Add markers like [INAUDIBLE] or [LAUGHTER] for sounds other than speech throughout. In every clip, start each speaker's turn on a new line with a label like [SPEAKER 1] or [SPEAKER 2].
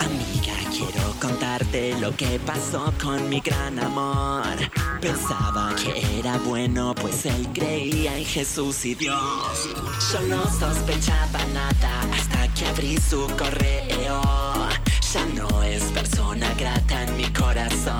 [SPEAKER 1] Amiga, quiero contarte lo que pasó con mi gran amor. Pensaba que era bueno, pues él creía en Jesús y Dios. Yo no sospechaba nada hasta que abrí su correo. Ya no es persona grata en mi corazón.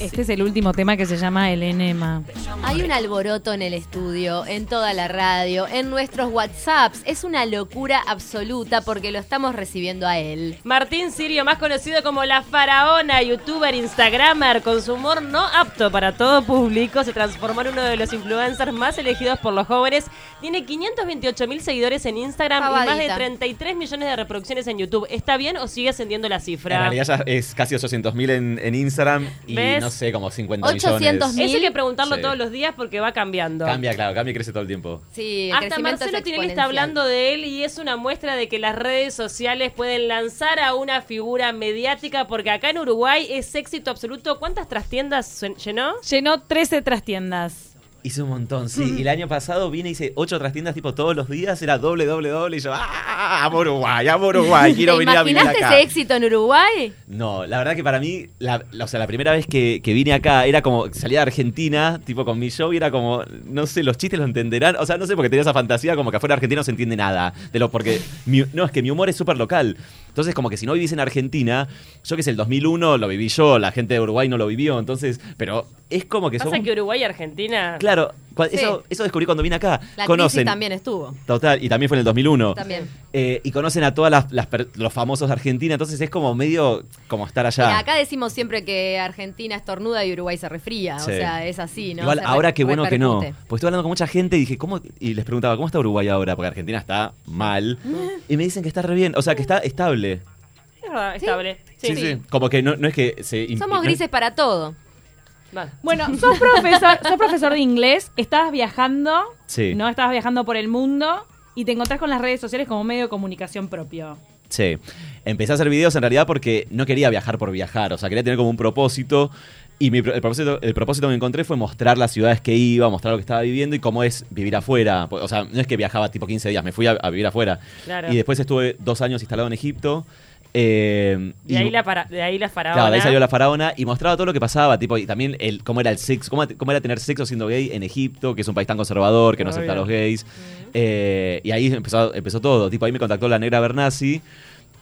[SPEAKER 2] Este es el último tema que se llama El Enema.
[SPEAKER 3] Hay un alboroto en el estudio, en toda la radio, en nuestros WhatsApps. Es una locura absoluta porque lo estamos recibiendo a él.
[SPEAKER 4] Martín Sirio, más conocido como La Faraona, youtuber, instagramer, con su humor no apto para todo público, se transformó en uno de los influencers más elegidos por los jóvenes. Tiene 528 mil seguidores en Instagram y más
[SPEAKER 3] Pavadita.
[SPEAKER 4] de 33 millones de reproducciones en YouTube. ¿Está bien o sigue ascendiendo la cifra?
[SPEAKER 5] En realidad ya es casi 800.000 en, en Instagram y
[SPEAKER 4] ¿Ves?
[SPEAKER 5] no sé, como 50 millones.
[SPEAKER 3] 800.000.
[SPEAKER 4] Eso hay que preguntarlo
[SPEAKER 5] Sí.
[SPEAKER 4] todos los días porque va cambiando.
[SPEAKER 5] Cambia, claro, cambia y crece todo el tiempo.
[SPEAKER 3] Sí, el
[SPEAKER 4] Hasta
[SPEAKER 3] crecimiento es
[SPEAKER 4] Marcelo Tinelli está
[SPEAKER 3] exponencial.
[SPEAKER 4] hablando de él y es una muestra de que las redes sociales pueden lanzar a una figura mediática porque acá en Uruguay es éxito absoluto. ¿Cuántas trastiendas suen- llenó?
[SPEAKER 2] Llenó 13 trastiendas.
[SPEAKER 5] Hice un montón,
[SPEAKER 3] Mm.
[SPEAKER 5] sí. Y el año pasado vine y hice ocho otras tiendas, tipo todos los días, era doble, doble, doble. Y yo, ¡ah! Amo Uruguay, amo
[SPEAKER 3] [LAUGHS]
[SPEAKER 5] Uruguay,
[SPEAKER 3] ¿Te
[SPEAKER 5] quiero venir a vivir
[SPEAKER 3] imaginaste
[SPEAKER 5] acá.
[SPEAKER 3] ese éxito en Uruguay?
[SPEAKER 5] No, la verdad que para mí, la, la- o sea, la primera vez que, que vine acá era como, salía de Argentina, tipo con mi show, y era como, no sé, los chistes lo entenderán. O sea, no sé, porque tenía esa fantasía como que afuera de Argentina no se entiende nada. De lo, porque, mi- no, es que mi humor es súper local. Entonces, como que si no vivís en Argentina, yo que sé, el 2001 lo viví yo, la gente de Uruguay no lo vivió, entonces, pero es como que
[SPEAKER 4] Pasa
[SPEAKER 5] son...
[SPEAKER 4] que Uruguay y Argentina.
[SPEAKER 5] Claro, cua-
[SPEAKER 3] Sí.
[SPEAKER 5] eso, eso descubrí cuando vine acá.
[SPEAKER 3] La crisis
[SPEAKER 5] Conocen.
[SPEAKER 3] también estuvo.
[SPEAKER 5] Total, y también fue en el 2001.
[SPEAKER 3] También.
[SPEAKER 5] Eh, y conocen a todos los famosos de Argentina, entonces es como medio como estar allá.
[SPEAKER 3] Mira, acá decimos siempre que Argentina estornuda y Uruguay se refría. O
[SPEAKER 5] Sí.
[SPEAKER 3] sea, es así, ¿no?
[SPEAKER 5] Igual,
[SPEAKER 3] O sea,
[SPEAKER 5] ahora
[SPEAKER 3] re-
[SPEAKER 5] qué bueno que no.
[SPEAKER 3] repercute.
[SPEAKER 5] Porque estuve hablando con mucha gente y dije, ¿cómo? Y les preguntaba, ¿cómo está Uruguay ahora? Porque Argentina está mal. Y me dicen que está re bien, o sea, que está estable.
[SPEAKER 4] Es verdad, estable. Sí,
[SPEAKER 5] Como que no, no es que se. imp-
[SPEAKER 3] Somos
[SPEAKER 5] no-
[SPEAKER 3] grises para todo.
[SPEAKER 4] Va.
[SPEAKER 2] Bueno, sos profesor, sos profesor de inglés, estabas viajando,
[SPEAKER 5] Sí.
[SPEAKER 2] ¿no? Estabas viajando por el mundo y te encontrás con las redes sociales como medio de comunicación propio.
[SPEAKER 5] Sí. Empecé a hacer videos en realidad porque no quería viajar por viajar, o sea, quería tener como un propósito. Y mi pro- el, propósito, el propósito que encontré fue mostrar las ciudades que iba, mostrar lo que estaba viviendo y cómo es vivir afuera. O sea, no es que viajaba tipo 15 días, me fui a, a vivir afuera.
[SPEAKER 4] Claro.
[SPEAKER 5] Y después estuve dos años instalado en Egipto. eh,
[SPEAKER 4] De ahí, la para- de ahí la faraona.
[SPEAKER 5] Claro, de ahí salió la faraona y mostraba todo lo que pasaba, tipo, y también el, cómo era el sexo, cómo, cómo era tener sexo siendo gay en Egipto, que es un país tan conservador, que no acepta a
[SPEAKER 4] Obvio.
[SPEAKER 5] los gays.
[SPEAKER 4] Mm.
[SPEAKER 5] Eh, y ahí empezó, empezó todo, tipo, ahí me contactó la negra Bernasi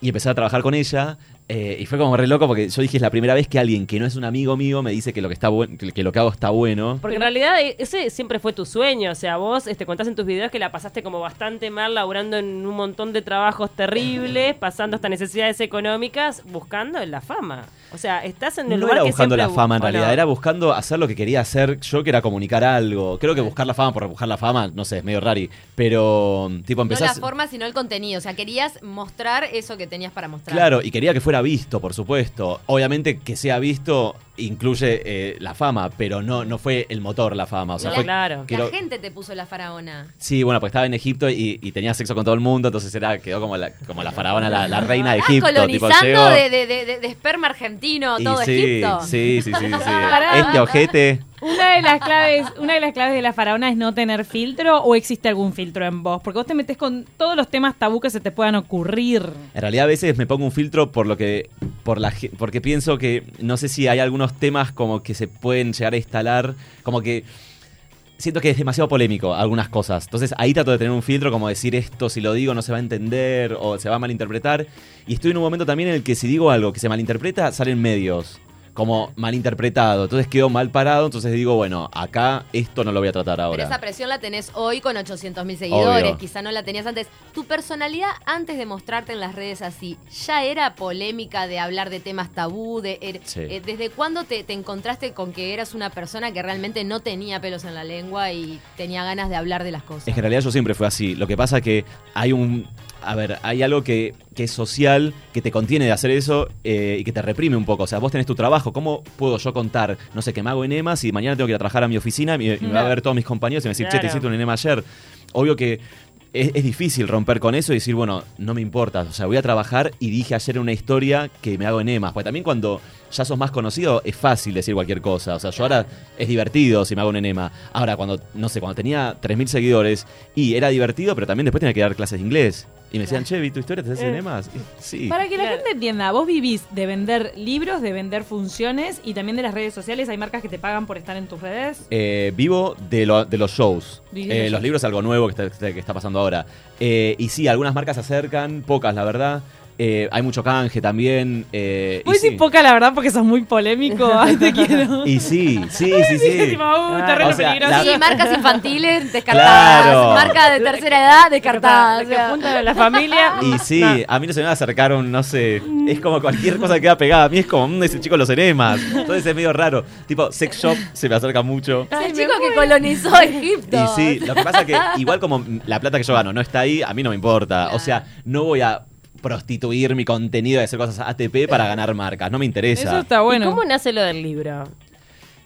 [SPEAKER 5] y empecé a trabajar con ella. eh, y fue como re loco porque yo dije, es la primera vez que alguien que no es un amigo mío me dice que lo que, está buen- que lo que hago está bueno.
[SPEAKER 4] Porque en realidad eh, ese siempre fue tu sueño. O sea, vos este, contás en tus videos que la pasaste como bastante mal, laburando en un montón de trabajos
[SPEAKER 5] [CLEARS THROAT]
[SPEAKER 4] terribles, pasando hasta necesidades económicas, buscando la fama. O sea, estás en el
[SPEAKER 5] No
[SPEAKER 4] lugar
[SPEAKER 5] era
[SPEAKER 4] que
[SPEAKER 5] buscando
[SPEAKER 4] siempre
[SPEAKER 5] la fama en
[SPEAKER 4] bu- ¿o no?
[SPEAKER 5] realidad, era buscando hacer lo que quería hacer yo, que era comunicar algo. Creo que buscar la fama por buscar la fama, no sé, es medio rari. Pero, tipo,
[SPEAKER 3] No
[SPEAKER 5] empezás...
[SPEAKER 3] la forma, sino el contenido. O sea, querías mostrar eso que tenías para mostrar.
[SPEAKER 5] Claro, y quería que fuera visto, por supuesto. Obviamente que sea visto incluye eh, la fama, pero no, no fue el motor la fama. O sea,
[SPEAKER 4] No,
[SPEAKER 5] fue-
[SPEAKER 4] claro.
[SPEAKER 5] que
[SPEAKER 3] la
[SPEAKER 5] lo-
[SPEAKER 3] gente te puso la faraona.
[SPEAKER 5] Sí, bueno, pues estaba en Egipto y, y tenía sexo con todo el mundo, entonces era, quedó como la, como la faraona, la, la reina de
[SPEAKER 3] Estás
[SPEAKER 5] Egipto. tipo,
[SPEAKER 3] colonizando
[SPEAKER 5] llegó-
[SPEAKER 3] de, de- de- de- de esperma argentino
[SPEAKER 5] y
[SPEAKER 3] todo
[SPEAKER 5] sí,
[SPEAKER 3] Egipto.
[SPEAKER 5] sí, sí, sí, sí.
[SPEAKER 2] Pará.
[SPEAKER 5] Este ojete.
[SPEAKER 2] Una de las claves, una de las claves de la faraona es no tener filtro o existe algún filtro en vos, porque vos te metes con todos los temas tabú que se te puedan ocurrir.
[SPEAKER 5] En realidad a veces me pongo un filtro por lo que por la ge- porque pienso que no sé si hay algunos temas como que se pueden llegar a instalar, como que siento que es demasiado polémico algunas cosas. Entonces ahí trato de tener un filtro como decir esto si lo digo no se va a entender o se va a malinterpretar y estoy en un momento también en el que si digo algo que se malinterpreta salen medios como malinterpretado, entonces quedo mal parado, entonces digo, bueno, acá esto no lo voy a tratar
[SPEAKER 3] Pero esa
[SPEAKER 5] ahora.
[SPEAKER 3] presión la tenés hoy con 800 mil seguidores,
[SPEAKER 5] Obvio.
[SPEAKER 3] quizá no la tenías antes. Tu personalidad antes de mostrarte en las redes así, ¿ya era polémica de hablar de temas tabú? De, er-
[SPEAKER 5] Sí.
[SPEAKER 3] eh, ¿Desde cuándo te, te encontraste con que eras una persona que realmente no tenía pelos en la lengua y tenía ganas de hablar de las cosas?
[SPEAKER 5] Es que en realidad yo siempre fue así. Lo que pasa que hay un. A ver, hay algo que, que es social, que te contiene de hacer eso eh, y que te reprime un poco. O sea, vos tenés tu trabajo. ¿Cómo puedo yo contar? No sé, que me hago enemas y mañana tengo que ir a trabajar a mi oficina y, y me va a ver todos mis compañeros y me van a decir, che, te
[SPEAKER 4] Claro.
[SPEAKER 5] hiciste un enema ayer. Obvio que es, es difícil romper con eso y decir, bueno, no me importa, o sea, voy a trabajar y dije ayer una historia que me hago enemas. Porque también cuando ya sos más conocido es fácil decir cualquier cosa. O sea, yo ahora es divertido si me hago un enema. Ahora, cuando, no sé, cuando tenía 3.000 seguidores y era divertido, pero también después tenía que dar clases de inglés. Y me decían, che, vi tu historia, te haces enemas. Y- sí.
[SPEAKER 2] Eh. Para que la
[SPEAKER 4] Claro.
[SPEAKER 2] gente entienda, vos vivís de vender libros, de vender funciones y también de las redes sociales. Hay marcas que te pagan por estar en tus redes.
[SPEAKER 5] Eh, vivo de, lo- de los shows.
[SPEAKER 2] Vivís
[SPEAKER 5] Eh,
[SPEAKER 2] de los
[SPEAKER 5] los
[SPEAKER 2] shows.
[SPEAKER 5] libros es algo nuevo que está, que está pasando ahora. Eh, y sí, algunas marcas se acercan, pocas, la verdad. Eh, hay mucho canje también. eh, y
[SPEAKER 2] Vos decís
[SPEAKER 5] sí.
[SPEAKER 2] poca, la verdad, porque sos muy [LAUGHS] polémico. Ay, te quiero.
[SPEAKER 5] Y sí,
[SPEAKER 2] [LAUGHS]
[SPEAKER 5] sí, sí,
[SPEAKER 2] Sí,
[SPEAKER 5] sí.
[SPEAKER 2] tipo, uh, terreno
[SPEAKER 5] o sea,
[SPEAKER 2] peligroso.
[SPEAKER 3] Sí, marcas
[SPEAKER 5] [LAUGHS]
[SPEAKER 3] infantiles descartadas.
[SPEAKER 5] Claro.
[SPEAKER 3] Marcas de tercera edad descartadas.
[SPEAKER 4] Que
[SPEAKER 3] o sea.
[SPEAKER 4] apuntan a
[SPEAKER 2] [LAUGHS]
[SPEAKER 4] la familia.
[SPEAKER 5] Y sí, a mí los enemas acercaron, no sé, es como cualquier cosa que queda pegada a mí, es como, mmm, ese chico los enemas. Entonces es medio raro. Tipo, sex shop se me acerca mucho.
[SPEAKER 3] Es el chico que
[SPEAKER 5] [LAUGHS]
[SPEAKER 3] colonizó Egipto.
[SPEAKER 5] Y sí, lo que pasa es que igual como la plata que yo gano no está ahí, a mí no me importa. O sea, no voy a prostituir mi contenido y hacer cosas ATP para ganar marcas, no me
[SPEAKER 2] Eso
[SPEAKER 5] interesa.
[SPEAKER 2] está bueno.
[SPEAKER 4] ¿Y cómo nace lo del libro?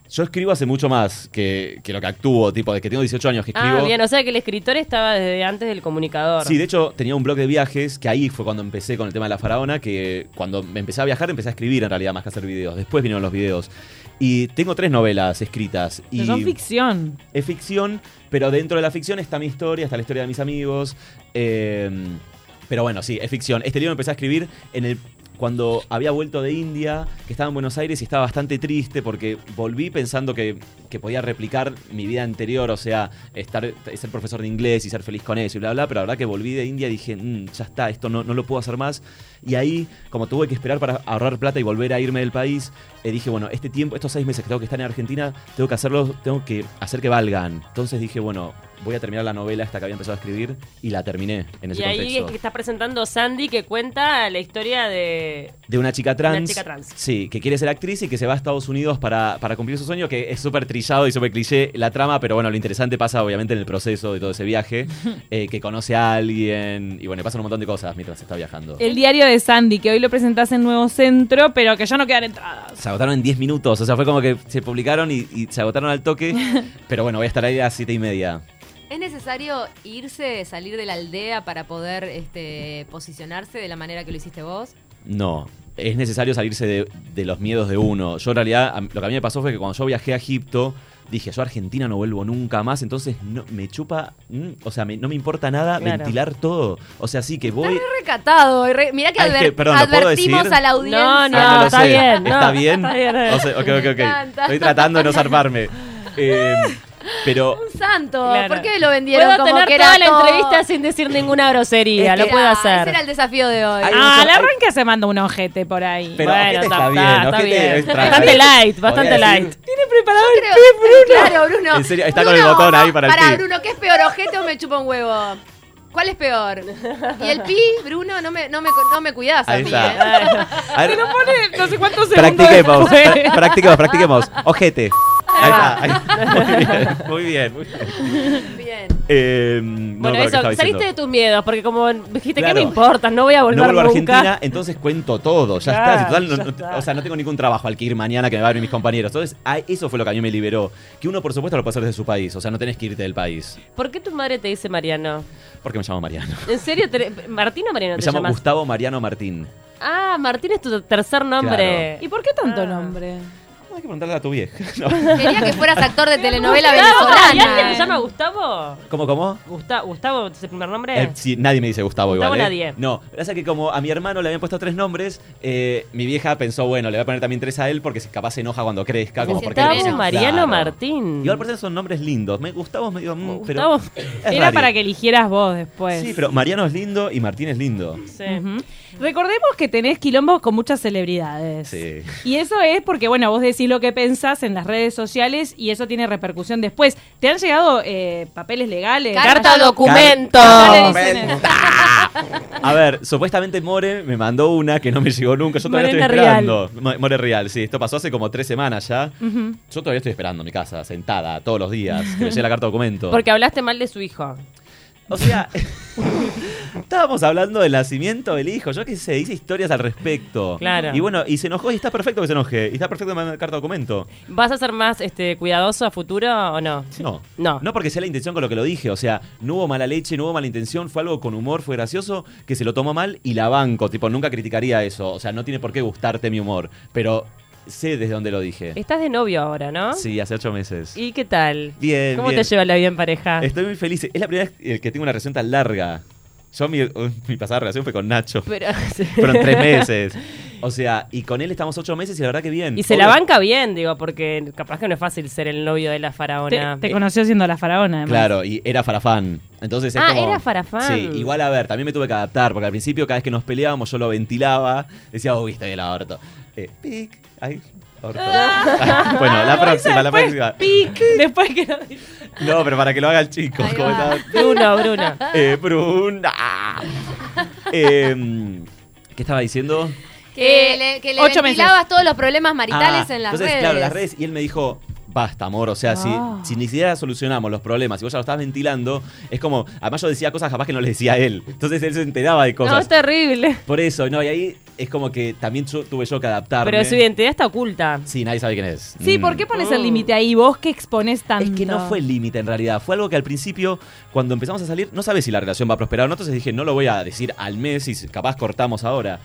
[SPEAKER 5] Yo escribo hace mucho más que, que lo que actúo, tipo, de que tengo 18 años que escribo.
[SPEAKER 4] Ah, bien, o sea que el escritor estaba desde antes del comunicador.
[SPEAKER 5] Sí, de hecho tenía un blog de viajes, que ahí fue cuando empecé con el tema de la faraona, que cuando me empecé a viajar empecé a escribir en realidad más que hacer videos. Después vinieron los videos. Y tengo tres novelas escritas. Y
[SPEAKER 2] Pero Son ficción.
[SPEAKER 5] es ficción, pero dentro de la ficción está mi historia, está la historia de mis amigos. eh, pero bueno, sí, es ficción. Este libro lo empecé a escribir en el cuando había vuelto de India, que estaba en Buenos Aires y estaba bastante triste porque volví pensando que, que podía replicar mi vida anterior, o sea, estar, ser profesor de inglés y ser feliz con eso y bla, bla, pero la verdad que volví de India y dije, "Mm, ya está, esto no, no lo puedo hacer más. Y ahí, como tuve que esperar para ahorrar plata y volver a irme del país, eh, dije, bueno, este tiempo, estos seis meses que tengo que estar en Argentina, tengo que hacerlos, tengo que hacer que valgan. Entonces dije, bueno, voy a terminar la novela esta que había empezado a escribir y la terminé en ese
[SPEAKER 4] Y ahí es
[SPEAKER 5] contexto.
[SPEAKER 4] que está presentando Sandy que cuenta la historia de.
[SPEAKER 5] De una chica trans.
[SPEAKER 4] Una chica trans.
[SPEAKER 5] Sí, que quiere ser actriz y que se va a Estados Unidos para, para cumplir su sueño, que es súper trillado y súper cliché la trama, pero bueno, lo interesante pasa obviamente en el proceso de todo ese
[SPEAKER 4] [LAUGHS]
[SPEAKER 5] viaje, eh, que conoce a alguien y bueno, pasan un montón de cosas mientras está viajando.
[SPEAKER 2] El diario de Sandy, que hoy lo presentás en Nuevo Centro, pero que ya no quedan entradas.
[SPEAKER 5] Se agotaron en 10 minutos, o sea, fue como que se publicaron y, y se agotaron al
[SPEAKER 4] [LAUGHS]
[SPEAKER 5] toque, pero bueno, voy a estar ahí a las 7 y media.
[SPEAKER 3] ¿Es necesario irse, salir de la aldea para poder este, posicionarse de la manera que lo hiciste vos?
[SPEAKER 5] No, es necesario salirse de, de los miedos de uno. Yo en realidad, a- lo que a mí me pasó fue que cuando yo viajé a Egipto, dije, yo a Argentina no vuelvo nunca más, entonces no, me chupa, mm, o sea, me- no me importa nada
[SPEAKER 4] Claro.
[SPEAKER 5] ventilar todo. O sea, sí que voy...
[SPEAKER 3] Recatado. y re- mirá que,
[SPEAKER 5] Ay, es
[SPEAKER 3] adver-
[SPEAKER 5] que, perdón, ¿lo puedo
[SPEAKER 3] advertimos
[SPEAKER 5] decir?
[SPEAKER 3] a la audiencia.
[SPEAKER 4] No, no,
[SPEAKER 5] Ah, lo
[SPEAKER 4] está
[SPEAKER 5] sé.
[SPEAKER 4] bien, no,
[SPEAKER 5] ¿Está bien?
[SPEAKER 4] está bien, eh.
[SPEAKER 5] O sea, ok, ok,
[SPEAKER 3] Me
[SPEAKER 5] ok.
[SPEAKER 3] encanta.
[SPEAKER 5] Estoy tratando de no zarparme. Eh, pero...
[SPEAKER 3] Un santo.
[SPEAKER 4] Claro.
[SPEAKER 3] ¿Por qué me lo vendieron
[SPEAKER 4] Puedo
[SPEAKER 3] como
[SPEAKER 4] tener
[SPEAKER 3] que era
[SPEAKER 4] toda la
[SPEAKER 3] todo?
[SPEAKER 4] entrevista sin decir ninguna grosería,
[SPEAKER 5] Es que-
[SPEAKER 4] lo puedo
[SPEAKER 3] Ah,
[SPEAKER 4] hacer.
[SPEAKER 3] Ese era el desafío de hoy.
[SPEAKER 5] Ay,
[SPEAKER 2] Ah,
[SPEAKER 5] mucho-
[SPEAKER 2] la arranca se manda un ojete por ahí.
[SPEAKER 5] Pero
[SPEAKER 4] Bueno,
[SPEAKER 5] ojete
[SPEAKER 4] está-
[SPEAKER 5] está, bien,
[SPEAKER 4] está
[SPEAKER 5] ojete
[SPEAKER 4] bien.
[SPEAKER 5] es tranqui.
[SPEAKER 4] Bastante light,
[SPEAKER 5] Podría
[SPEAKER 4] bastante
[SPEAKER 5] decir-
[SPEAKER 4] light.
[SPEAKER 2] Tiene preparado
[SPEAKER 3] Creo- Claro, Bruno.
[SPEAKER 5] En serio, está con el
[SPEAKER 3] Bruno,
[SPEAKER 5] botón ahí para el pi.
[SPEAKER 3] Bruno, ¿qué es peor, ojete o me chupa un huevo? ¿Cuál es peor? Y el pi, Bruno, no me, no me, no me cuidás.
[SPEAKER 5] Ahí
[SPEAKER 3] a mí, ¿eh?
[SPEAKER 5] está. A ver,
[SPEAKER 2] Te lo pone no sé cuántos segundos
[SPEAKER 5] Practiquemos,
[SPEAKER 2] después.
[SPEAKER 5] pra- practiquemos, practiquemos. Ojete. Ahí está, ahí está. Muy bien, muy bien. Muy bien.
[SPEAKER 3] Bien.
[SPEAKER 5] Eh, no
[SPEAKER 4] Bueno,
[SPEAKER 5] me acuerdo qué
[SPEAKER 4] eso,
[SPEAKER 5] estaba
[SPEAKER 4] saliste
[SPEAKER 5] diciendo.
[SPEAKER 4] de tus miedos, porque como dijiste,
[SPEAKER 5] Claro.
[SPEAKER 4] ¿qué me importa? No voy a volver
[SPEAKER 5] no vuelvo a
[SPEAKER 4] nunca.
[SPEAKER 5] Argentina, entonces cuento todo, ya
[SPEAKER 4] Claro,
[SPEAKER 5] está. si total, no-
[SPEAKER 4] ya
[SPEAKER 5] no-
[SPEAKER 4] está.
[SPEAKER 5] O sea, no tengo ningún trabajo al que ir mañana que me va a abrir mis compañeros. Entonces, ah, eso fue lo que a mí me liberó. Que uno, por supuesto, lo puede hacer desde su país. O sea, no tenés que irte del país.
[SPEAKER 4] ¿Por qué tu madre te dice Mariano?
[SPEAKER 5] Porque me llamo Mariano.
[SPEAKER 4] ¿En serio? te- ¿Martín o Mariano
[SPEAKER 5] Me
[SPEAKER 4] te
[SPEAKER 5] llamo
[SPEAKER 4] llamas?
[SPEAKER 5] Gustavo Mariano Martín.
[SPEAKER 4] Ah, Martín es tu tercer nombre.
[SPEAKER 2] ¿Y por qué tanto
[SPEAKER 4] Ah.
[SPEAKER 2] nombre?
[SPEAKER 5] Hay que preguntarle a tu vieja. [LAUGHS] No.
[SPEAKER 3] Quería que fueras actor de telenovela
[SPEAKER 4] Gustavo, ¿Y
[SPEAKER 3] venezolana.
[SPEAKER 4] alguien te llama Gustavo?
[SPEAKER 5] ¿Cómo, cómo?
[SPEAKER 4] Gusta- ¿Gustavo es el primer nombre?
[SPEAKER 5] Eh, sí, nadie me dice Gustavo,
[SPEAKER 4] Gustavo
[SPEAKER 5] igual. ¿eh?
[SPEAKER 4] nadie.
[SPEAKER 5] No, pasa que como a mi hermano le habían puesto tres nombres, eh, mi vieja pensó, bueno, le voy a poner también tres a él porque se- capaz se enoja cuando crezca. Como porque
[SPEAKER 4] Gustavo
[SPEAKER 5] le puso-
[SPEAKER 4] Mariano
[SPEAKER 5] Claro.
[SPEAKER 4] Martín.
[SPEAKER 5] Igual por eso son nombres lindos. Me, Gustavo es medio. mm,
[SPEAKER 4] Gustavo. [LAUGHS]
[SPEAKER 5] Pero es
[SPEAKER 2] Era
[SPEAKER 5] raro.
[SPEAKER 2] para que eligieras vos
[SPEAKER 4] Pues.
[SPEAKER 2] después.
[SPEAKER 5] Sí, pero Mariano es lindo y Martín es lindo.
[SPEAKER 4] Sí.
[SPEAKER 2] Ujú. Recordemos que tenés quilombos con muchas celebridades.
[SPEAKER 5] Sí.
[SPEAKER 2] Y eso es porque, bueno, vos decís lo que pensás en las redes sociales y eso tiene repercusión después. ¿Te han llegado eh, papeles legales?
[SPEAKER 3] Carta
[SPEAKER 2] Cartas-
[SPEAKER 3] docu- Ah,
[SPEAKER 4] Documento.
[SPEAKER 2] Dale, dicen eso.
[SPEAKER 5] A ver, supuestamente More me mandó una que no me llegó nunca. Yo todavía
[SPEAKER 4] Morena
[SPEAKER 5] estoy
[SPEAKER 4] Real.
[SPEAKER 5] esperando. Mo- More Real, sí. Esto pasó hace como tres semanas ya. Yo todavía estoy esperando en mi casa, sentada, todos
[SPEAKER 4] [LAUGHS]
[SPEAKER 5] los días, que me llegue la carta de documento.
[SPEAKER 4] Porque hablaste mal de su hijo.
[SPEAKER 5] O sea, [LAUGHS] Estábamos hablando del nacimiento del hijo, yo qué sé, hice historias al respecto.
[SPEAKER 4] Claro.
[SPEAKER 5] Y bueno, y se enojó y está perfecto que se enoje. Y está perfecto que mande carta de documento.
[SPEAKER 4] ¿Vas a ser más este, cuidadoso a futuro o no?
[SPEAKER 5] No.
[SPEAKER 4] No.
[SPEAKER 5] No porque sea la intención con lo que lo dije. O sea, no hubo mala leche, no hubo mala intención, fue algo con humor, fue gracioso, que se lo tomó mal y la banco. Tipo, nunca criticaría eso. O sea, no tiene por qué gustarte mi humor. Pero sé desde dónde lo dije.
[SPEAKER 4] Estás de novio ahora, ¿no?
[SPEAKER 5] Sí, hace ocho meses.
[SPEAKER 4] ¿Y qué tal?
[SPEAKER 5] Bien,
[SPEAKER 4] ¿Cómo
[SPEAKER 5] bien.
[SPEAKER 4] te lleva la vida en pareja?
[SPEAKER 5] Estoy muy feliz. Es la primera vez eh, que tengo una relación tan larga. Yo mi, uh, mi pasada relación fue con Nacho.
[SPEAKER 4] Pero-
[SPEAKER 5] Fueron
[SPEAKER 4] [LAUGHS]
[SPEAKER 5] tres meses. O sea, y con él estamos ocho meses y la verdad que bien.
[SPEAKER 4] y se la
[SPEAKER 5] Obvio-
[SPEAKER 4] banca bien, digo, porque capaz que no es fácil ser el novio de la faraona.
[SPEAKER 2] Te, te conoció siendo la faraona, además.
[SPEAKER 5] Claro, y era farafán. Entonces es
[SPEAKER 4] Ah,
[SPEAKER 5] como-
[SPEAKER 4] era farafán.
[SPEAKER 5] Sí,
[SPEAKER 4] [LAUGHS]
[SPEAKER 5] igual a ver, también me tuve que adaptar, porque al principio cada vez que nos peleábamos yo lo ventilaba, decía, uy, estoy el aborto. Eh, pic, ay, orto.
[SPEAKER 3] Ah.
[SPEAKER 5] [LAUGHS]
[SPEAKER 3] [LAUGHS]
[SPEAKER 5] bueno, la próxima, la próxima.
[SPEAKER 2] Pic, después que lo
[SPEAKER 5] No, pero para que lo haga el chico.
[SPEAKER 3] Ahí
[SPEAKER 5] como
[SPEAKER 3] va. Ah.
[SPEAKER 5] estaba-
[SPEAKER 4] Bruno, Bruno.
[SPEAKER 5] Eh, Bruna. Eh, ¿Qué estaba diciendo?
[SPEAKER 3] Que le, que le
[SPEAKER 2] Eh, Ocho
[SPEAKER 3] ventilabas todos los problemas maritales
[SPEAKER 5] Ah,
[SPEAKER 3] en las
[SPEAKER 5] entonces,
[SPEAKER 3] redes.
[SPEAKER 5] claro, las redes. Y él me dijo, basta, amor. O sea,
[SPEAKER 2] Ah.
[SPEAKER 5] si, si ni siquiera solucionamos los problemas, si vos ya lo estás ventilando, es como. Además, yo decía cosas capaz que no le decía a él. Entonces, él se enteraba de
[SPEAKER 4] No,
[SPEAKER 5] cosas.
[SPEAKER 4] es terrible.
[SPEAKER 5] Por eso, no, y ahí es como que también yo- tuve yo que adaptarme.
[SPEAKER 4] Pero su identidad está oculta.
[SPEAKER 5] Sí, nadie sabe quién es.
[SPEAKER 2] Sí,
[SPEAKER 5] Mm.
[SPEAKER 2] ¿por qué
[SPEAKER 3] Oh.
[SPEAKER 2] pones el límite ahí? Vos que expones tanto.
[SPEAKER 5] Es que no fue el límite en realidad. Fue algo que al principio, cuando empezamos a salir, no sabes si la relación va a prosperar o no. Entonces dije, no lo voy a decir al mes y capaz cortamos ahora.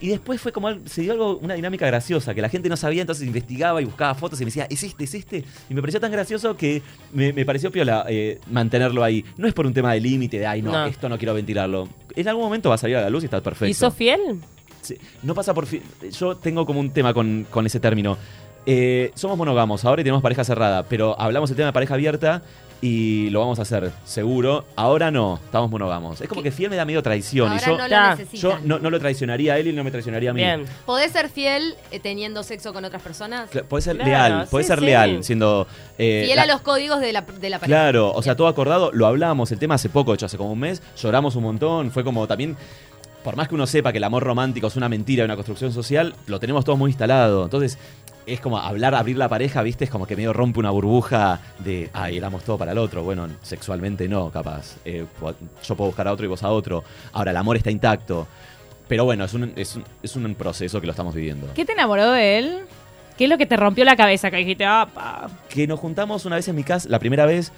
[SPEAKER 5] Y después fue como al- se dio algo, una dinámica graciosa, que la gente no sabía, entonces investigaba y buscaba fotos y me decía, es este, es este. Y me pareció tan gracioso que me, me pareció piola eh, mantenerlo ahí. No es por un tema de límite, de ay, no,
[SPEAKER 4] No.
[SPEAKER 5] esto no quiero ventilarlo. En algún momento va a salir a la luz y está perfecto.
[SPEAKER 4] ¿Y sos fiel?
[SPEAKER 5] Sí, No pasa por... fi- Yo tengo como un tema con, con ese término. Eh, somos monogamos, ahora y tenemos pareja cerrada, pero hablamos el tema de pareja abierta y lo vamos a hacer, seguro. Ahora no, estamos monogamos. Es como que fiel me da medio traición.
[SPEAKER 3] Ahora
[SPEAKER 5] y yo
[SPEAKER 3] no
[SPEAKER 4] Ta.
[SPEAKER 3] lo necesitan.
[SPEAKER 5] yo no, no lo traicionaría a él y él no me traicionaría a mí.
[SPEAKER 4] Bien.
[SPEAKER 3] ¿Podés ser fiel eh, teniendo sexo con otras personas?
[SPEAKER 5] Cla- Podés ser
[SPEAKER 4] Claro,
[SPEAKER 5] leal, podés
[SPEAKER 4] sí,
[SPEAKER 5] ser
[SPEAKER 4] sí.
[SPEAKER 5] leal, siendo... eh,
[SPEAKER 3] Fiel
[SPEAKER 5] la-
[SPEAKER 3] a los códigos de la, de la pareja.
[SPEAKER 5] Claro, o sea,
[SPEAKER 3] Bien.
[SPEAKER 5] todo acordado, lo hablamos, el tema hace poco, de hecho, hace como un mes, lloramos un montón, fue como también, por más que uno sepa que el amor romántico es una mentira, una construcción social, lo tenemos todos muy instalado, entonces es como hablar, abrir la pareja, viste, es como que medio rompe una burbuja de, ay, éramos todo para el otro, bueno, sexualmente no, capaz, Eh, po- yo puedo buscar a otro y vos a otro, ahora el amor está intacto, pero bueno, es un, es un- es un proceso que lo estamos viviendo.
[SPEAKER 2] ¿Qué te enamoró de él? ¿Qué es lo que te rompió la cabeza? Que dijiste, ah, pa.
[SPEAKER 5] que nos juntamos una vez en mi casa, la primera vez,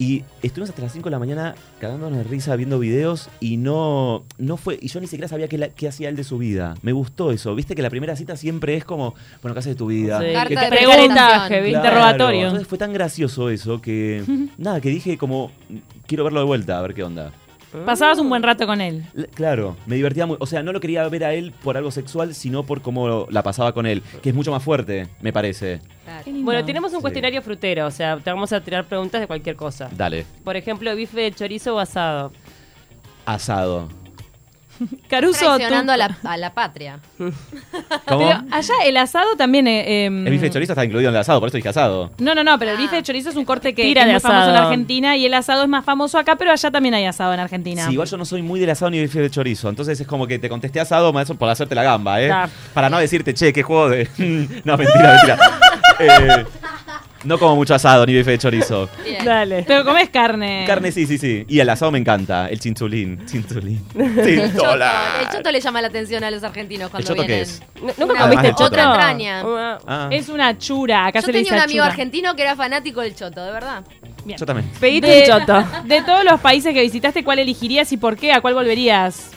[SPEAKER 5] y estuvimos hasta las 5 de la mañana cagándonos de risa viendo videos y no, no fue, y yo ni siquiera sabía qué, la- qué hacía él de su vida. Me gustó eso, viste que la primera cita siempre es como, bueno, ¿qué haces de tu vida?
[SPEAKER 4] Sí.
[SPEAKER 3] Carta
[SPEAKER 5] ¿Qué-
[SPEAKER 3] de
[SPEAKER 5] qué-
[SPEAKER 3] presentación.
[SPEAKER 4] Preguntaje, ¿viste?
[SPEAKER 5] Claro.
[SPEAKER 2] interrogatorio.
[SPEAKER 5] Entonces fue tan gracioso eso que, nada, que dije como, quiero verlo de vuelta, a ver qué onda.
[SPEAKER 2] Pasabas un buen rato con él.
[SPEAKER 5] L- Claro, me divertía muy. O sea, no lo quería ver a él por algo sexual, sino por cómo la pasaba con él, que es mucho más fuerte, me parece.
[SPEAKER 3] Claro.
[SPEAKER 2] Qué lindo.
[SPEAKER 4] Mm. Bueno, tenemos un
[SPEAKER 5] Sí.
[SPEAKER 4] cuestionario frutero, o sea, te vamos a tirar preguntas de cualquier cosa.
[SPEAKER 5] Dale,
[SPEAKER 4] Por ejemplo, bife de chorizo o asado.
[SPEAKER 5] asado.
[SPEAKER 2] Caruso, tú-
[SPEAKER 3] Traicionando a la, a la patria.
[SPEAKER 5] ¿Cómo?
[SPEAKER 2] Pero allá el asado también. eh, eh,
[SPEAKER 5] El bife de chorizo está incluido en el asado, por eso dije asado.
[SPEAKER 2] No, no, no, pero el
[SPEAKER 3] Ah.
[SPEAKER 2] bife de chorizo es un corte que
[SPEAKER 4] Tira
[SPEAKER 2] es
[SPEAKER 4] de
[SPEAKER 2] muy famoso en
[SPEAKER 4] asado.
[SPEAKER 2] Argentina y el asado es más famoso acá, pero allá también hay asado en Argentina.
[SPEAKER 5] Sí, igual yo no soy muy del asado ni del bife de chorizo, entonces es como que te contesté asado más por hacerte la gamba, ¿eh?
[SPEAKER 4] Ta.
[SPEAKER 5] Para no decirte, che, qué juego de... [LAUGHS] no, mentira, mentira. [LAUGHS] Eh, no como mucho asado ni bife de chorizo.
[SPEAKER 3] Bien.
[SPEAKER 4] Dale.
[SPEAKER 2] Pero comes carne.
[SPEAKER 5] Carne sí, sí, sí. Y el asado me encanta, el
[SPEAKER 2] [LAUGHS]
[SPEAKER 5] chinchulín, chinchulín.
[SPEAKER 3] Choto.
[SPEAKER 5] Chintola.
[SPEAKER 3] El choto le llama la atención a los argentinos cuando
[SPEAKER 5] ¿El choto qué
[SPEAKER 3] vienen.
[SPEAKER 5] es?
[SPEAKER 4] ¿Nu- ¿Nunca
[SPEAKER 3] Una-
[SPEAKER 4] comiste
[SPEAKER 5] otra
[SPEAKER 4] choto?
[SPEAKER 3] entraña.
[SPEAKER 4] Una-
[SPEAKER 5] Ah,
[SPEAKER 2] Es una chura, acá
[SPEAKER 3] Yo
[SPEAKER 2] se le
[SPEAKER 3] tenía
[SPEAKER 2] dice
[SPEAKER 3] un amigo
[SPEAKER 2] achura.
[SPEAKER 3] argentino que era fanático del choto, de verdad.
[SPEAKER 5] yo también.
[SPEAKER 4] Pedite
[SPEAKER 2] De-
[SPEAKER 3] [LAUGHS]
[SPEAKER 4] un choto.
[SPEAKER 2] De todos los países que visitaste, ¿cuál elegirías y por qué? ¿A cuál volverías?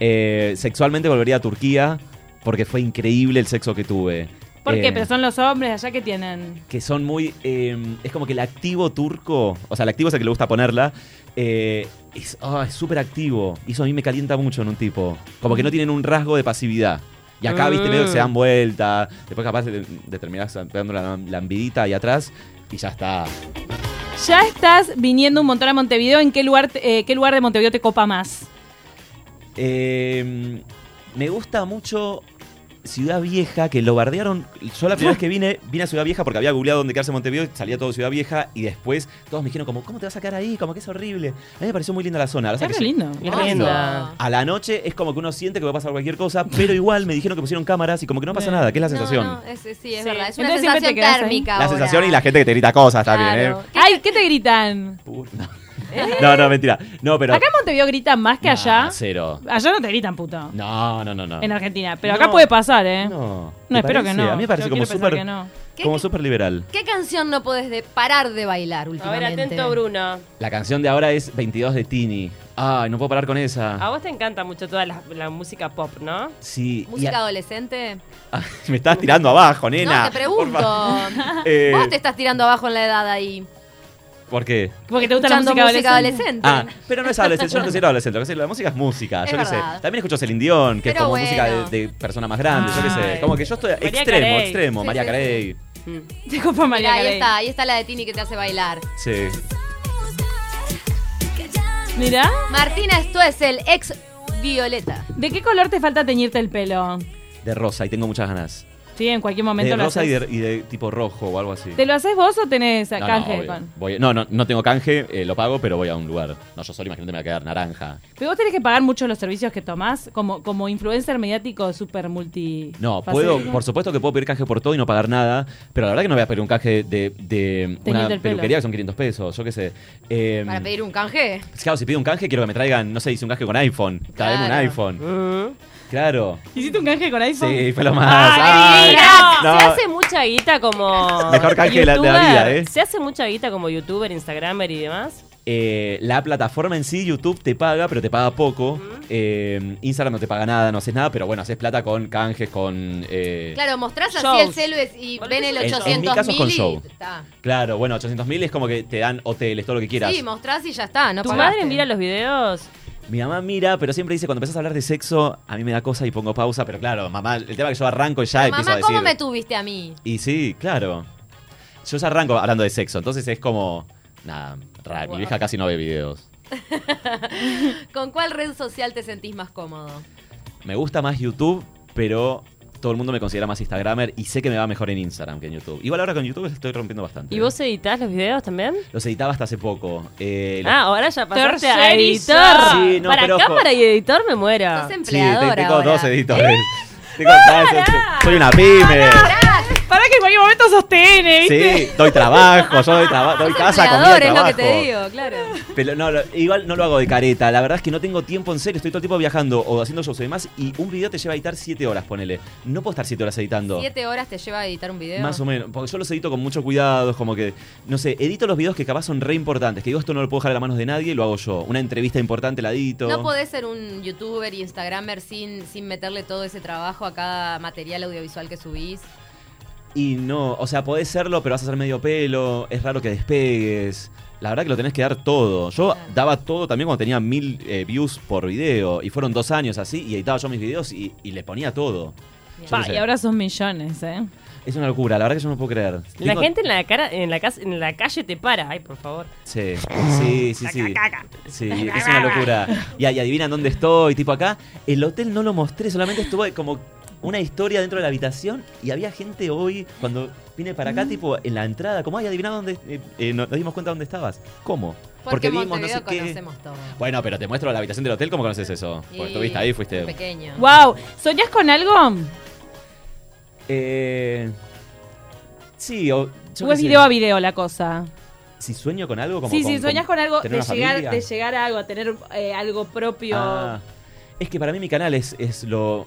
[SPEAKER 5] Eh, sexualmente volvería a Turquía porque fue increíble el sexo que tuve.
[SPEAKER 2] ¿Por qué?
[SPEAKER 5] Eh,
[SPEAKER 2] Pero son los hombres allá que tienen.
[SPEAKER 5] que son muy. eh, es como que el activo turco, o sea, el activo es el que le gusta ponerla, eh, es ah, es súper activo. Y eso a mí me calienta mucho en un tipo. Como que no tienen un rasgo de pasividad. Y acá, viste, medio que se dan vuelta. Después, capaz, te, te terminás pegando la, la ambidita ahí atrás y ya está.
[SPEAKER 2] Ya estás viniendo un montón a Montevideo. ¿En qué lugar, te- eh, qué lugar de Montevideo te copa más?
[SPEAKER 5] Eh, me gusta mucho Ciudad Vieja, que lo bardearon. Yo la primera vez que vine, vine a Ciudad Vieja porque había googleado dónde quedarse en Montevideo, y salía todo Ciudad Vieja y después todos me dijeron como, ¿cómo te vas a quedar ahí? Como que es horrible. A mí me pareció muy linda la zona. la verdad
[SPEAKER 2] Está re
[SPEAKER 5] que sí.
[SPEAKER 2] lindo.
[SPEAKER 4] Qué
[SPEAKER 3] Hermoso.
[SPEAKER 4] linda.
[SPEAKER 5] A la noche es como que uno siente que va a pasar cualquier cosa, pero igual me dijeron que pusieron cámaras y como que no pasa
[SPEAKER 2] Bien.
[SPEAKER 5] nada, que es la
[SPEAKER 3] No,
[SPEAKER 5] sensación.
[SPEAKER 3] no, es- sí, es
[SPEAKER 2] Sí.
[SPEAKER 3] verdad.
[SPEAKER 2] Entonces
[SPEAKER 3] Es una
[SPEAKER 2] siempre te
[SPEAKER 3] sensación
[SPEAKER 2] quedás ahí.
[SPEAKER 3] térmica.
[SPEAKER 5] La sensación y la gente que te grita cosas también, ¿eh?
[SPEAKER 2] Ay, ¿qué te gritan?
[SPEAKER 5] Puta. ¿eh?
[SPEAKER 3] Eh.
[SPEAKER 5] No, no, mentira. No, pero.
[SPEAKER 2] Acá en Montevideo gritan más que
[SPEAKER 5] Nah,
[SPEAKER 2] allá.
[SPEAKER 5] Cero.
[SPEAKER 2] Allá no te gritan, puto.
[SPEAKER 5] No, no, no, no.
[SPEAKER 2] En Argentina. Pero
[SPEAKER 4] No.
[SPEAKER 2] acá puede pasar, ¿eh? No,
[SPEAKER 5] No,
[SPEAKER 2] No,
[SPEAKER 5] ¿te
[SPEAKER 2] espero
[SPEAKER 5] parece?
[SPEAKER 2] que no.
[SPEAKER 5] A mí me parece
[SPEAKER 2] Yo
[SPEAKER 5] como
[SPEAKER 2] quiero pensar
[SPEAKER 5] súper
[SPEAKER 2] que no.
[SPEAKER 3] ¿Qué-
[SPEAKER 5] como
[SPEAKER 3] qué-
[SPEAKER 5] súper liberal.
[SPEAKER 3] ¿Qué canción no podés de- parar de bailar
[SPEAKER 4] A ver,
[SPEAKER 3] últimamente?
[SPEAKER 4] atento, Bruno.
[SPEAKER 5] La canción de ahora es 22 de Tini. Ay, no puedo parar con
[SPEAKER 4] A
[SPEAKER 3] Ah,
[SPEAKER 5] esa.
[SPEAKER 4] vos te encanta mucho toda la, la música pop, ¿no?
[SPEAKER 5] Sí. y
[SPEAKER 3] ¿Música
[SPEAKER 5] a-
[SPEAKER 3] adolescente?
[SPEAKER 5] Ay, me estás tirando abajo, nena.
[SPEAKER 3] No, te pregunto.
[SPEAKER 5] Por favor. Eh,
[SPEAKER 3] Vos te estás tirando abajo en la edad ahí.
[SPEAKER 5] ¿Por qué?
[SPEAKER 2] Porque te gusta la
[SPEAKER 3] escuchando
[SPEAKER 2] música adolescente.
[SPEAKER 3] adolescente.
[SPEAKER 5] Ah, pero no es adolescente, yo no considero adolescente, lo que sé, la música es música,
[SPEAKER 3] Es
[SPEAKER 5] yo qué sé.
[SPEAKER 3] verdad.
[SPEAKER 5] También escucho Celine Dion, que es
[SPEAKER 3] Pero
[SPEAKER 5] como
[SPEAKER 3] bueno.
[SPEAKER 5] música de, de persona más grande, yo qué
[SPEAKER 4] Ay.
[SPEAKER 5] sé. Como que yo estoy
[SPEAKER 4] María
[SPEAKER 5] extremo,
[SPEAKER 4] Carey.
[SPEAKER 5] extremo,
[SPEAKER 3] Sí,
[SPEAKER 5] María
[SPEAKER 3] sí,
[SPEAKER 5] Carey.
[SPEAKER 2] Disculpa,
[SPEAKER 5] Ah.
[SPEAKER 2] María.
[SPEAKER 3] Mirá, ahí
[SPEAKER 2] Carey.
[SPEAKER 3] está, ahí está la de Tini que te hace bailar.
[SPEAKER 5] Sí.
[SPEAKER 2] Mirá.
[SPEAKER 3] Martina, esto es el ex Violeta.
[SPEAKER 2] ¿De qué color te falta teñirte el pelo?
[SPEAKER 5] De rosa, y tengo muchas ganas.
[SPEAKER 2] Sí, en cualquier momento
[SPEAKER 5] De
[SPEAKER 2] lo
[SPEAKER 5] rosa y
[SPEAKER 2] haces.
[SPEAKER 5] de, y de tipo rojo o algo así.
[SPEAKER 2] ¿Te lo haces vos o tenés
[SPEAKER 5] no,
[SPEAKER 2] canje?
[SPEAKER 5] no, obvio.
[SPEAKER 2] con-
[SPEAKER 5] Voy- no, no, no tengo canje, eh, lo pago, pero voy a un lugar. No, yo solo imagínate me va a quedar naranja.
[SPEAKER 2] Pero vos tenés que pagar mucho los servicios que tomás como, como influencer mediático super multi.
[SPEAKER 5] No, puedo, por supuesto que puedo pedir canje por todo y no pagar nada, pero la verdad que no voy a pedir un canje de, de
[SPEAKER 2] Teñirte
[SPEAKER 5] una
[SPEAKER 2] el pelo.
[SPEAKER 5] peluquería que son 500 pesos, yo qué sé. Eh,
[SPEAKER 3] Para pedir un canje.
[SPEAKER 5] Claro, si pido un canje, quiero que me traigan, no sé, hice un canje con iPhone. Traeme un
[SPEAKER 3] Claro.
[SPEAKER 5] iPhone. Claro.
[SPEAKER 2] ¿Hiciste un canje con iPhone?
[SPEAKER 5] Sí, fue lo más.
[SPEAKER 4] ¡Ay,
[SPEAKER 5] Ay,
[SPEAKER 4] mira!
[SPEAKER 5] no.
[SPEAKER 4] Se hace mucha guita como.
[SPEAKER 5] Mejor canje de la- de la
[SPEAKER 4] youtuber.
[SPEAKER 5] vida, ¿eh?
[SPEAKER 4] Se hace mucha guita como youtuber, instagramer y demás.
[SPEAKER 5] Eh, la plataforma en sí, YouTube, te paga, pero te paga poco. Eh, Instagram no te paga nada, no haces nada, pero bueno, haces plata con canjes, con. eh,
[SPEAKER 3] Claro, mostrás así
[SPEAKER 4] Shows.
[SPEAKER 3] el celves y
[SPEAKER 4] Bueno,
[SPEAKER 3] ven el
[SPEAKER 5] en- en mi
[SPEAKER 3] 800
[SPEAKER 5] caso es con
[SPEAKER 3] mil y-
[SPEAKER 5] show.
[SPEAKER 3] está.
[SPEAKER 5] Claro, bueno, 800 mil es como que te dan hoteles, todo lo que quieras.
[SPEAKER 3] Sí, mostrás y ya está. No
[SPEAKER 4] ¿Tu
[SPEAKER 3] pagaste.
[SPEAKER 4] madre mira los videos?
[SPEAKER 5] Mi mamá mira, pero siempre dice, cuando empezás a hablar de sexo, a mí me da cosa y pongo pausa, pero claro, mamá, el tema es que yo arranco y ya empiezo
[SPEAKER 3] Mamá,
[SPEAKER 5] a decir.
[SPEAKER 3] ¿cómo me tuviste a mí?
[SPEAKER 5] Y sí, claro. Yo ya arranco hablando de sexo, entonces es como. Nada, raro. Mi vieja casi no ve videos.
[SPEAKER 3] ¿Con cuál red social te sentís más cómodo?
[SPEAKER 5] Me gusta más YouTube, pero todo el mundo me considera más Instagramer y sé que me va mejor en Instagram que en YouTube. Igual ahora con YouTube estoy rompiendo bastante.
[SPEAKER 4] ¿Y vos editás los videos también?
[SPEAKER 5] Los editaba hasta hace poco. Eh, los-
[SPEAKER 4] Ah, ahora ya pasaste a
[SPEAKER 2] Tercerizo.
[SPEAKER 4] editor.
[SPEAKER 5] Sí, no,
[SPEAKER 4] Para
[SPEAKER 5] pero ojo.
[SPEAKER 4] cámara y editor me muero.
[SPEAKER 3] Sos
[SPEAKER 5] sí, te-
[SPEAKER 3] empleadora
[SPEAKER 5] tengo
[SPEAKER 3] ahora. [LAUGHS]
[SPEAKER 5] dos editores. Tengo- ah, soy- soy una pyme.
[SPEAKER 2] Para que en cualquier momento sostiene, ¿viste?
[SPEAKER 5] Sí, doy trabajo, yo doy, traba- doy
[SPEAKER 3] Sos
[SPEAKER 5] casa, comida,
[SPEAKER 3] empleador, es lo
[SPEAKER 5] trabajo.
[SPEAKER 3] que te digo, claro.
[SPEAKER 5] Pero no, lo- igual no lo hago de careta. La verdad es que no tengo tiempo en serio. Estoy todo el tiempo viajando o haciendo shows y demás. Y un video te lleva a editar 7 horas, ponele. No puedo estar 7 horas editando.
[SPEAKER 3] Siete horas te lleva a editar un video.
[SPEAKER 5] Más o menos. Porque yo los edito con mucho cuidado. es Como que, no sé, edito los videos que capaz son re importantes. Que digo, esto no lo puedo dejar en las manos de nadie. Lo hago yo. Una entrevista importante la edito.
[SPEAKER 3] No podés ser un youtuber y instagramer sin, sin meterle todo ese trabajo a cada material audiovisual que subís.
[SPEAKER 5] Y no, o sea, podés serlo, pero vas a ser medio pelo. Es raro que despegues. La verdad que lo tenés que dar todo. Yo
[SPEAKER 3] Claro.
[SPEAKER 5] daba todo también cuando tenía mil eh, views por video. Y fueron dos años así. Y editaba yo mis videos y, y le ponía todo. Yo
[SPEAKER 2] Pa,
[SPEAKER 5] qué sé.
[SPEAKER 2] y ahora son millones, ¿eh?
[SPEAKER 5] Es una locura, la verdad que yo no puedo creer.
[SPEAKER 4] La
[SPEAKER 5] Tengo-
[SPEAKER 4] gente en la cara, en la casa, en la calle te para. Ay, por favor.
[SPEAKER 5] Sí, sí, sí, sí. Sí, es una locura. Y, y adivinan dónde estoy, tipo acá. El hotel no lo mostré, solamente estuve como una historia dentro de la habitación y había gente hoy, cuando vine para
[SPEAKER 2] Mm.
[SPEAKER 5] acá, tipo en la entrada, como, ay, adiviná dónde, eh, eh, nos nos dimos cuenta dónde estabas. ¿Cómo?
[SPEAKER 3] Porque, en
[SPEAKER 5] vimos, no
[SPEAKER 3] Montevideo
[SPEAKER 5] sé qué.
[SPEAKER 3] conocemos todo.
[SPEAKER 5] Bueno, pero te muestro la habitación del hotel, ¿cómo conoces eso? Porque
[SPEAKER 3] Y
[SPEAKER 5] estuviste ahí,
[SPEAKER 3] muy
[SPEAKER 5] fuiste.
[SPEAKER 3] Pequeño.
[SPEAKER 2] ¡Wow! ¿Soñás con algo?
[SPEAKER 5] Eh, sí, o. yo
[SPEAKER 2] ¿O
[SPEAKER 5] qué
[SPEAKER 2] es
[SPEAKER 5] sé.
[SPEAKER 2] video a video la cosa?
[SPEAKER 5] Si sueño con algo, como.
[SPEAKER 2] sí,
[SPEAKER 5] con-
[SPEAKER 2] sí, soñás con algo
[SPEAKER 5] tener
[SPEAKER 2] de
[SPEAKER 5] una
[SPEAKER 2] llegar,
[SPEAKER 5] familia.
[SPEAKER 2] de llegar a algo, a tener eh, algo propio.
[SPEAKER 5] Ah, es que para mí mi canal es, es lo...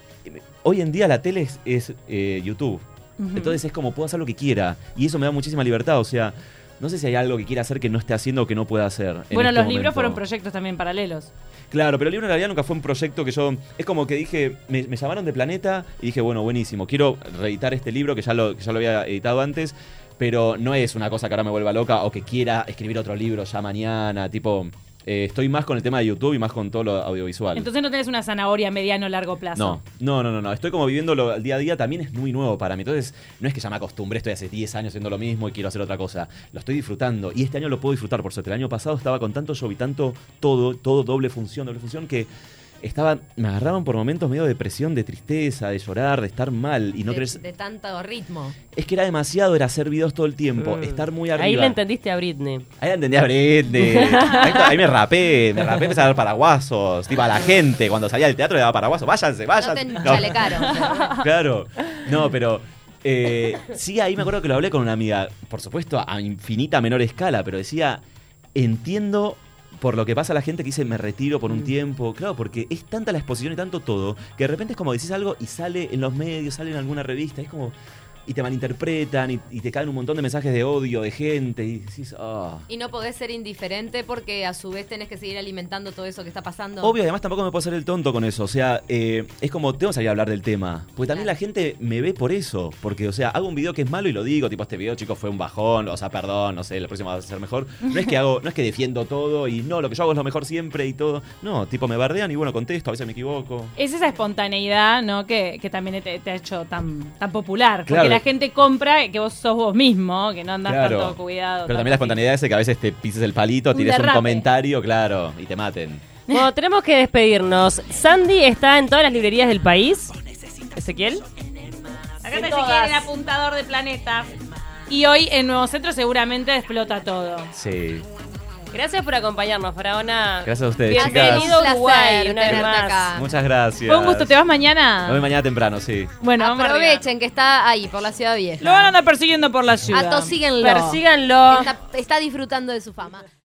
[SPEAKER 5] Hoy en día la tele es, es, eh, YouTube.
[SPEAKER 2] Ujú.
[SPEAKER 5] Entonces es como puedo hacer lo que quiera. Y eso me da muchísima libertad. O sea, no sé si hay algo que quiera hacer que no esté haciendo o que no pueda hacer. en
[SPEAKER 2] bueno,
[SPEAKER 5] este
[SPEAKER 2] los libros
[SPEAKER 5] momento.
[SPEAKER 2] fueron proyectos también paralelos.
[SPEAKER 5] Claro, pero el libro en realidad nunca fue un proyecto que yo... Es como que dije, me, me llamaron de Planeta y dije, bueno, buenísimo, quiero reeditar este libro que ya lo, que ya lo había editado antes, pero no es una cosa que ahora me vuelva loca o que quiera escribir otro libro ya mañana, tipo... eh, estoy más con el tema de YouTube y más con todo lo audiovisual.
[SPEAKER 2] Entonces no tenés una zanahoria a mediano o largo plazo.
[SPEAKER 5] No, no, no, no, no. Estoy como viviéndolo al día a día, también es muy nuevo para mí. Entonces, no es que ya me acostumbré, estoy hace 10 años haciendo lo mismo y quiero hacer otra cosa. Lo estoy disfrutando y este año lo puedo disfrutar, por suerte. El año pasado estaba con tanto show y tanto todo, todo doble función, doble función, que estaba, me agarraban por momentos medio de depresión, de tristeza, de llorar, de estar mal y no
[SPEAKER 3] de,
[SPEAKER 5] crees.
[SPEAKER 3] de tanto ritmo.
[SPEAKER 5] Es que era demasiado, era hacer videos todo el tiempo,
[SPEAKER 4] Mm.
[SPEAKER 5] estar muy arriba.
[SPEAKER 4] Ahí le entendiste a Britney.
[SPEAKER 5] Ahí la entendí a Britney. Ahí, ahí me rapé, me rapé, empecé a dar paraguasos. Tipo a la gente, cuando salía del teatro le daba paraguasos. Váyanse,
[SPEAKER 3] No
[SPEAKER 5] váyanse.
[SPEAKER 3] te
[SPEAKER 5] Ah, No. [LAUGHS]
[SPEAKER 3] chalecaron.
[SPEAKER 5] Claro. No, pero. eh, sí, ahí me acuerdo que lo hablé con una amiga, por supuesto, a infinita menor escala, pero decía: Entiendo por lo que pasa a la gente que dice me retiro por un tiempo. Claro, porque es tanta la exposición y tanto todo que de repente es como decís algo y sale en los medios, sale en alguna revista. Es como. Y te malinterpretan y, y te caen un montón de mensajes de odio, de gente. Y decís, ah.
[SPEAKER 3] Y no podés ser indiferente porque a su vez tenés que seguir alimentando todo eso que está pasando.
[SPEAKER 5] Obvio, además tampoco me puedo hacer el tonto con eso. O sea, eh, es como, tengo que salir a hablar del tema. Porque también
[SPEAKER 3] Claro.
[SPEAKER 5] la gente me ve por eso. Porque, o sea, hago un video que es malo y lo digo. Tipo, este video, chicos, fue un bajón. O sea, perdón, no sé, el próximo va a ser mejor. No es que hago, no es que defiendo todo y no, lo que yo hago es lo mejor siempre y todo. No, tipo, me bardean y bueno, contesto, a veces me equivoco.
[SPEAKER 2] Es esa espontaneidad, ¿no? Que, que también te, te ha hecho tan, tan popular.
[SPEAKER 5] Claro.
[SPEAKER 2] Porque la gente compra que vos sos vos mismo, que no andás
[SPEAKER 5] Claro.
[SPEAKER 2] tanto cuidado.
[SPEAKER 5] Pero
[SPEAKER 2] tanto
[SPEAKER 5] también la espontaneidad es que a veces te pises el palito,
[SPEAKER 2] Un
[SPEAKER 5] tires un
[SPEAKER 2] derrape.
[SPEAKER 5] comentario, claro, y te maten.
[SPEAKER 4] Bueno, tenemos que despedirnos. Sandy está en todas las librerías del país. Ezequiel.
[SPEAKER 2] Acá
[SPEAKER 4] De
[SPEAKER 2] te
[SPEAKER 4] todas.
[SPEAKER 2] el apuntador de planeta. Y hoy en Nuevo Centro seguramente explota todo.
[SPEAKER 5] Sí.
[SPEAKER 4] Gracias por acompañarnos, Faraona.
[SPEAKER 5] Gracias a ustedes,
[SPEAKER 3] Ha sido
[SPEAKER 5] chicas.
[SPEAKER 4] Bienvenido.
[SPEAKER 3] un placer
[SPEAKER 4] Uruguay, una vez
[SPEAKER 3] tenerte
[SPEAKER 4] más.
[SPEAKER 3] acá.
[SPEAKER 5] Muchas gracias.
[SPEAKER 2] Fue un gusto, ¿te vas mañana?
[SPEAKER 5] Nos vemos mañana temprano, sí.
[SPEAKER 2] Bueno, vamos arriba.
[SPEAKER 3] Aprovechen que está ahí, por la ciudad vieja.
[SPEAKER 2] Lo van a andar persiguiendo por la ciudad.
[SPEAKER 3] Atosíguenlo.
[SPEAKER 4] Persíganlo.
[SPEAKER 3] Está, está disfrutando de su fama.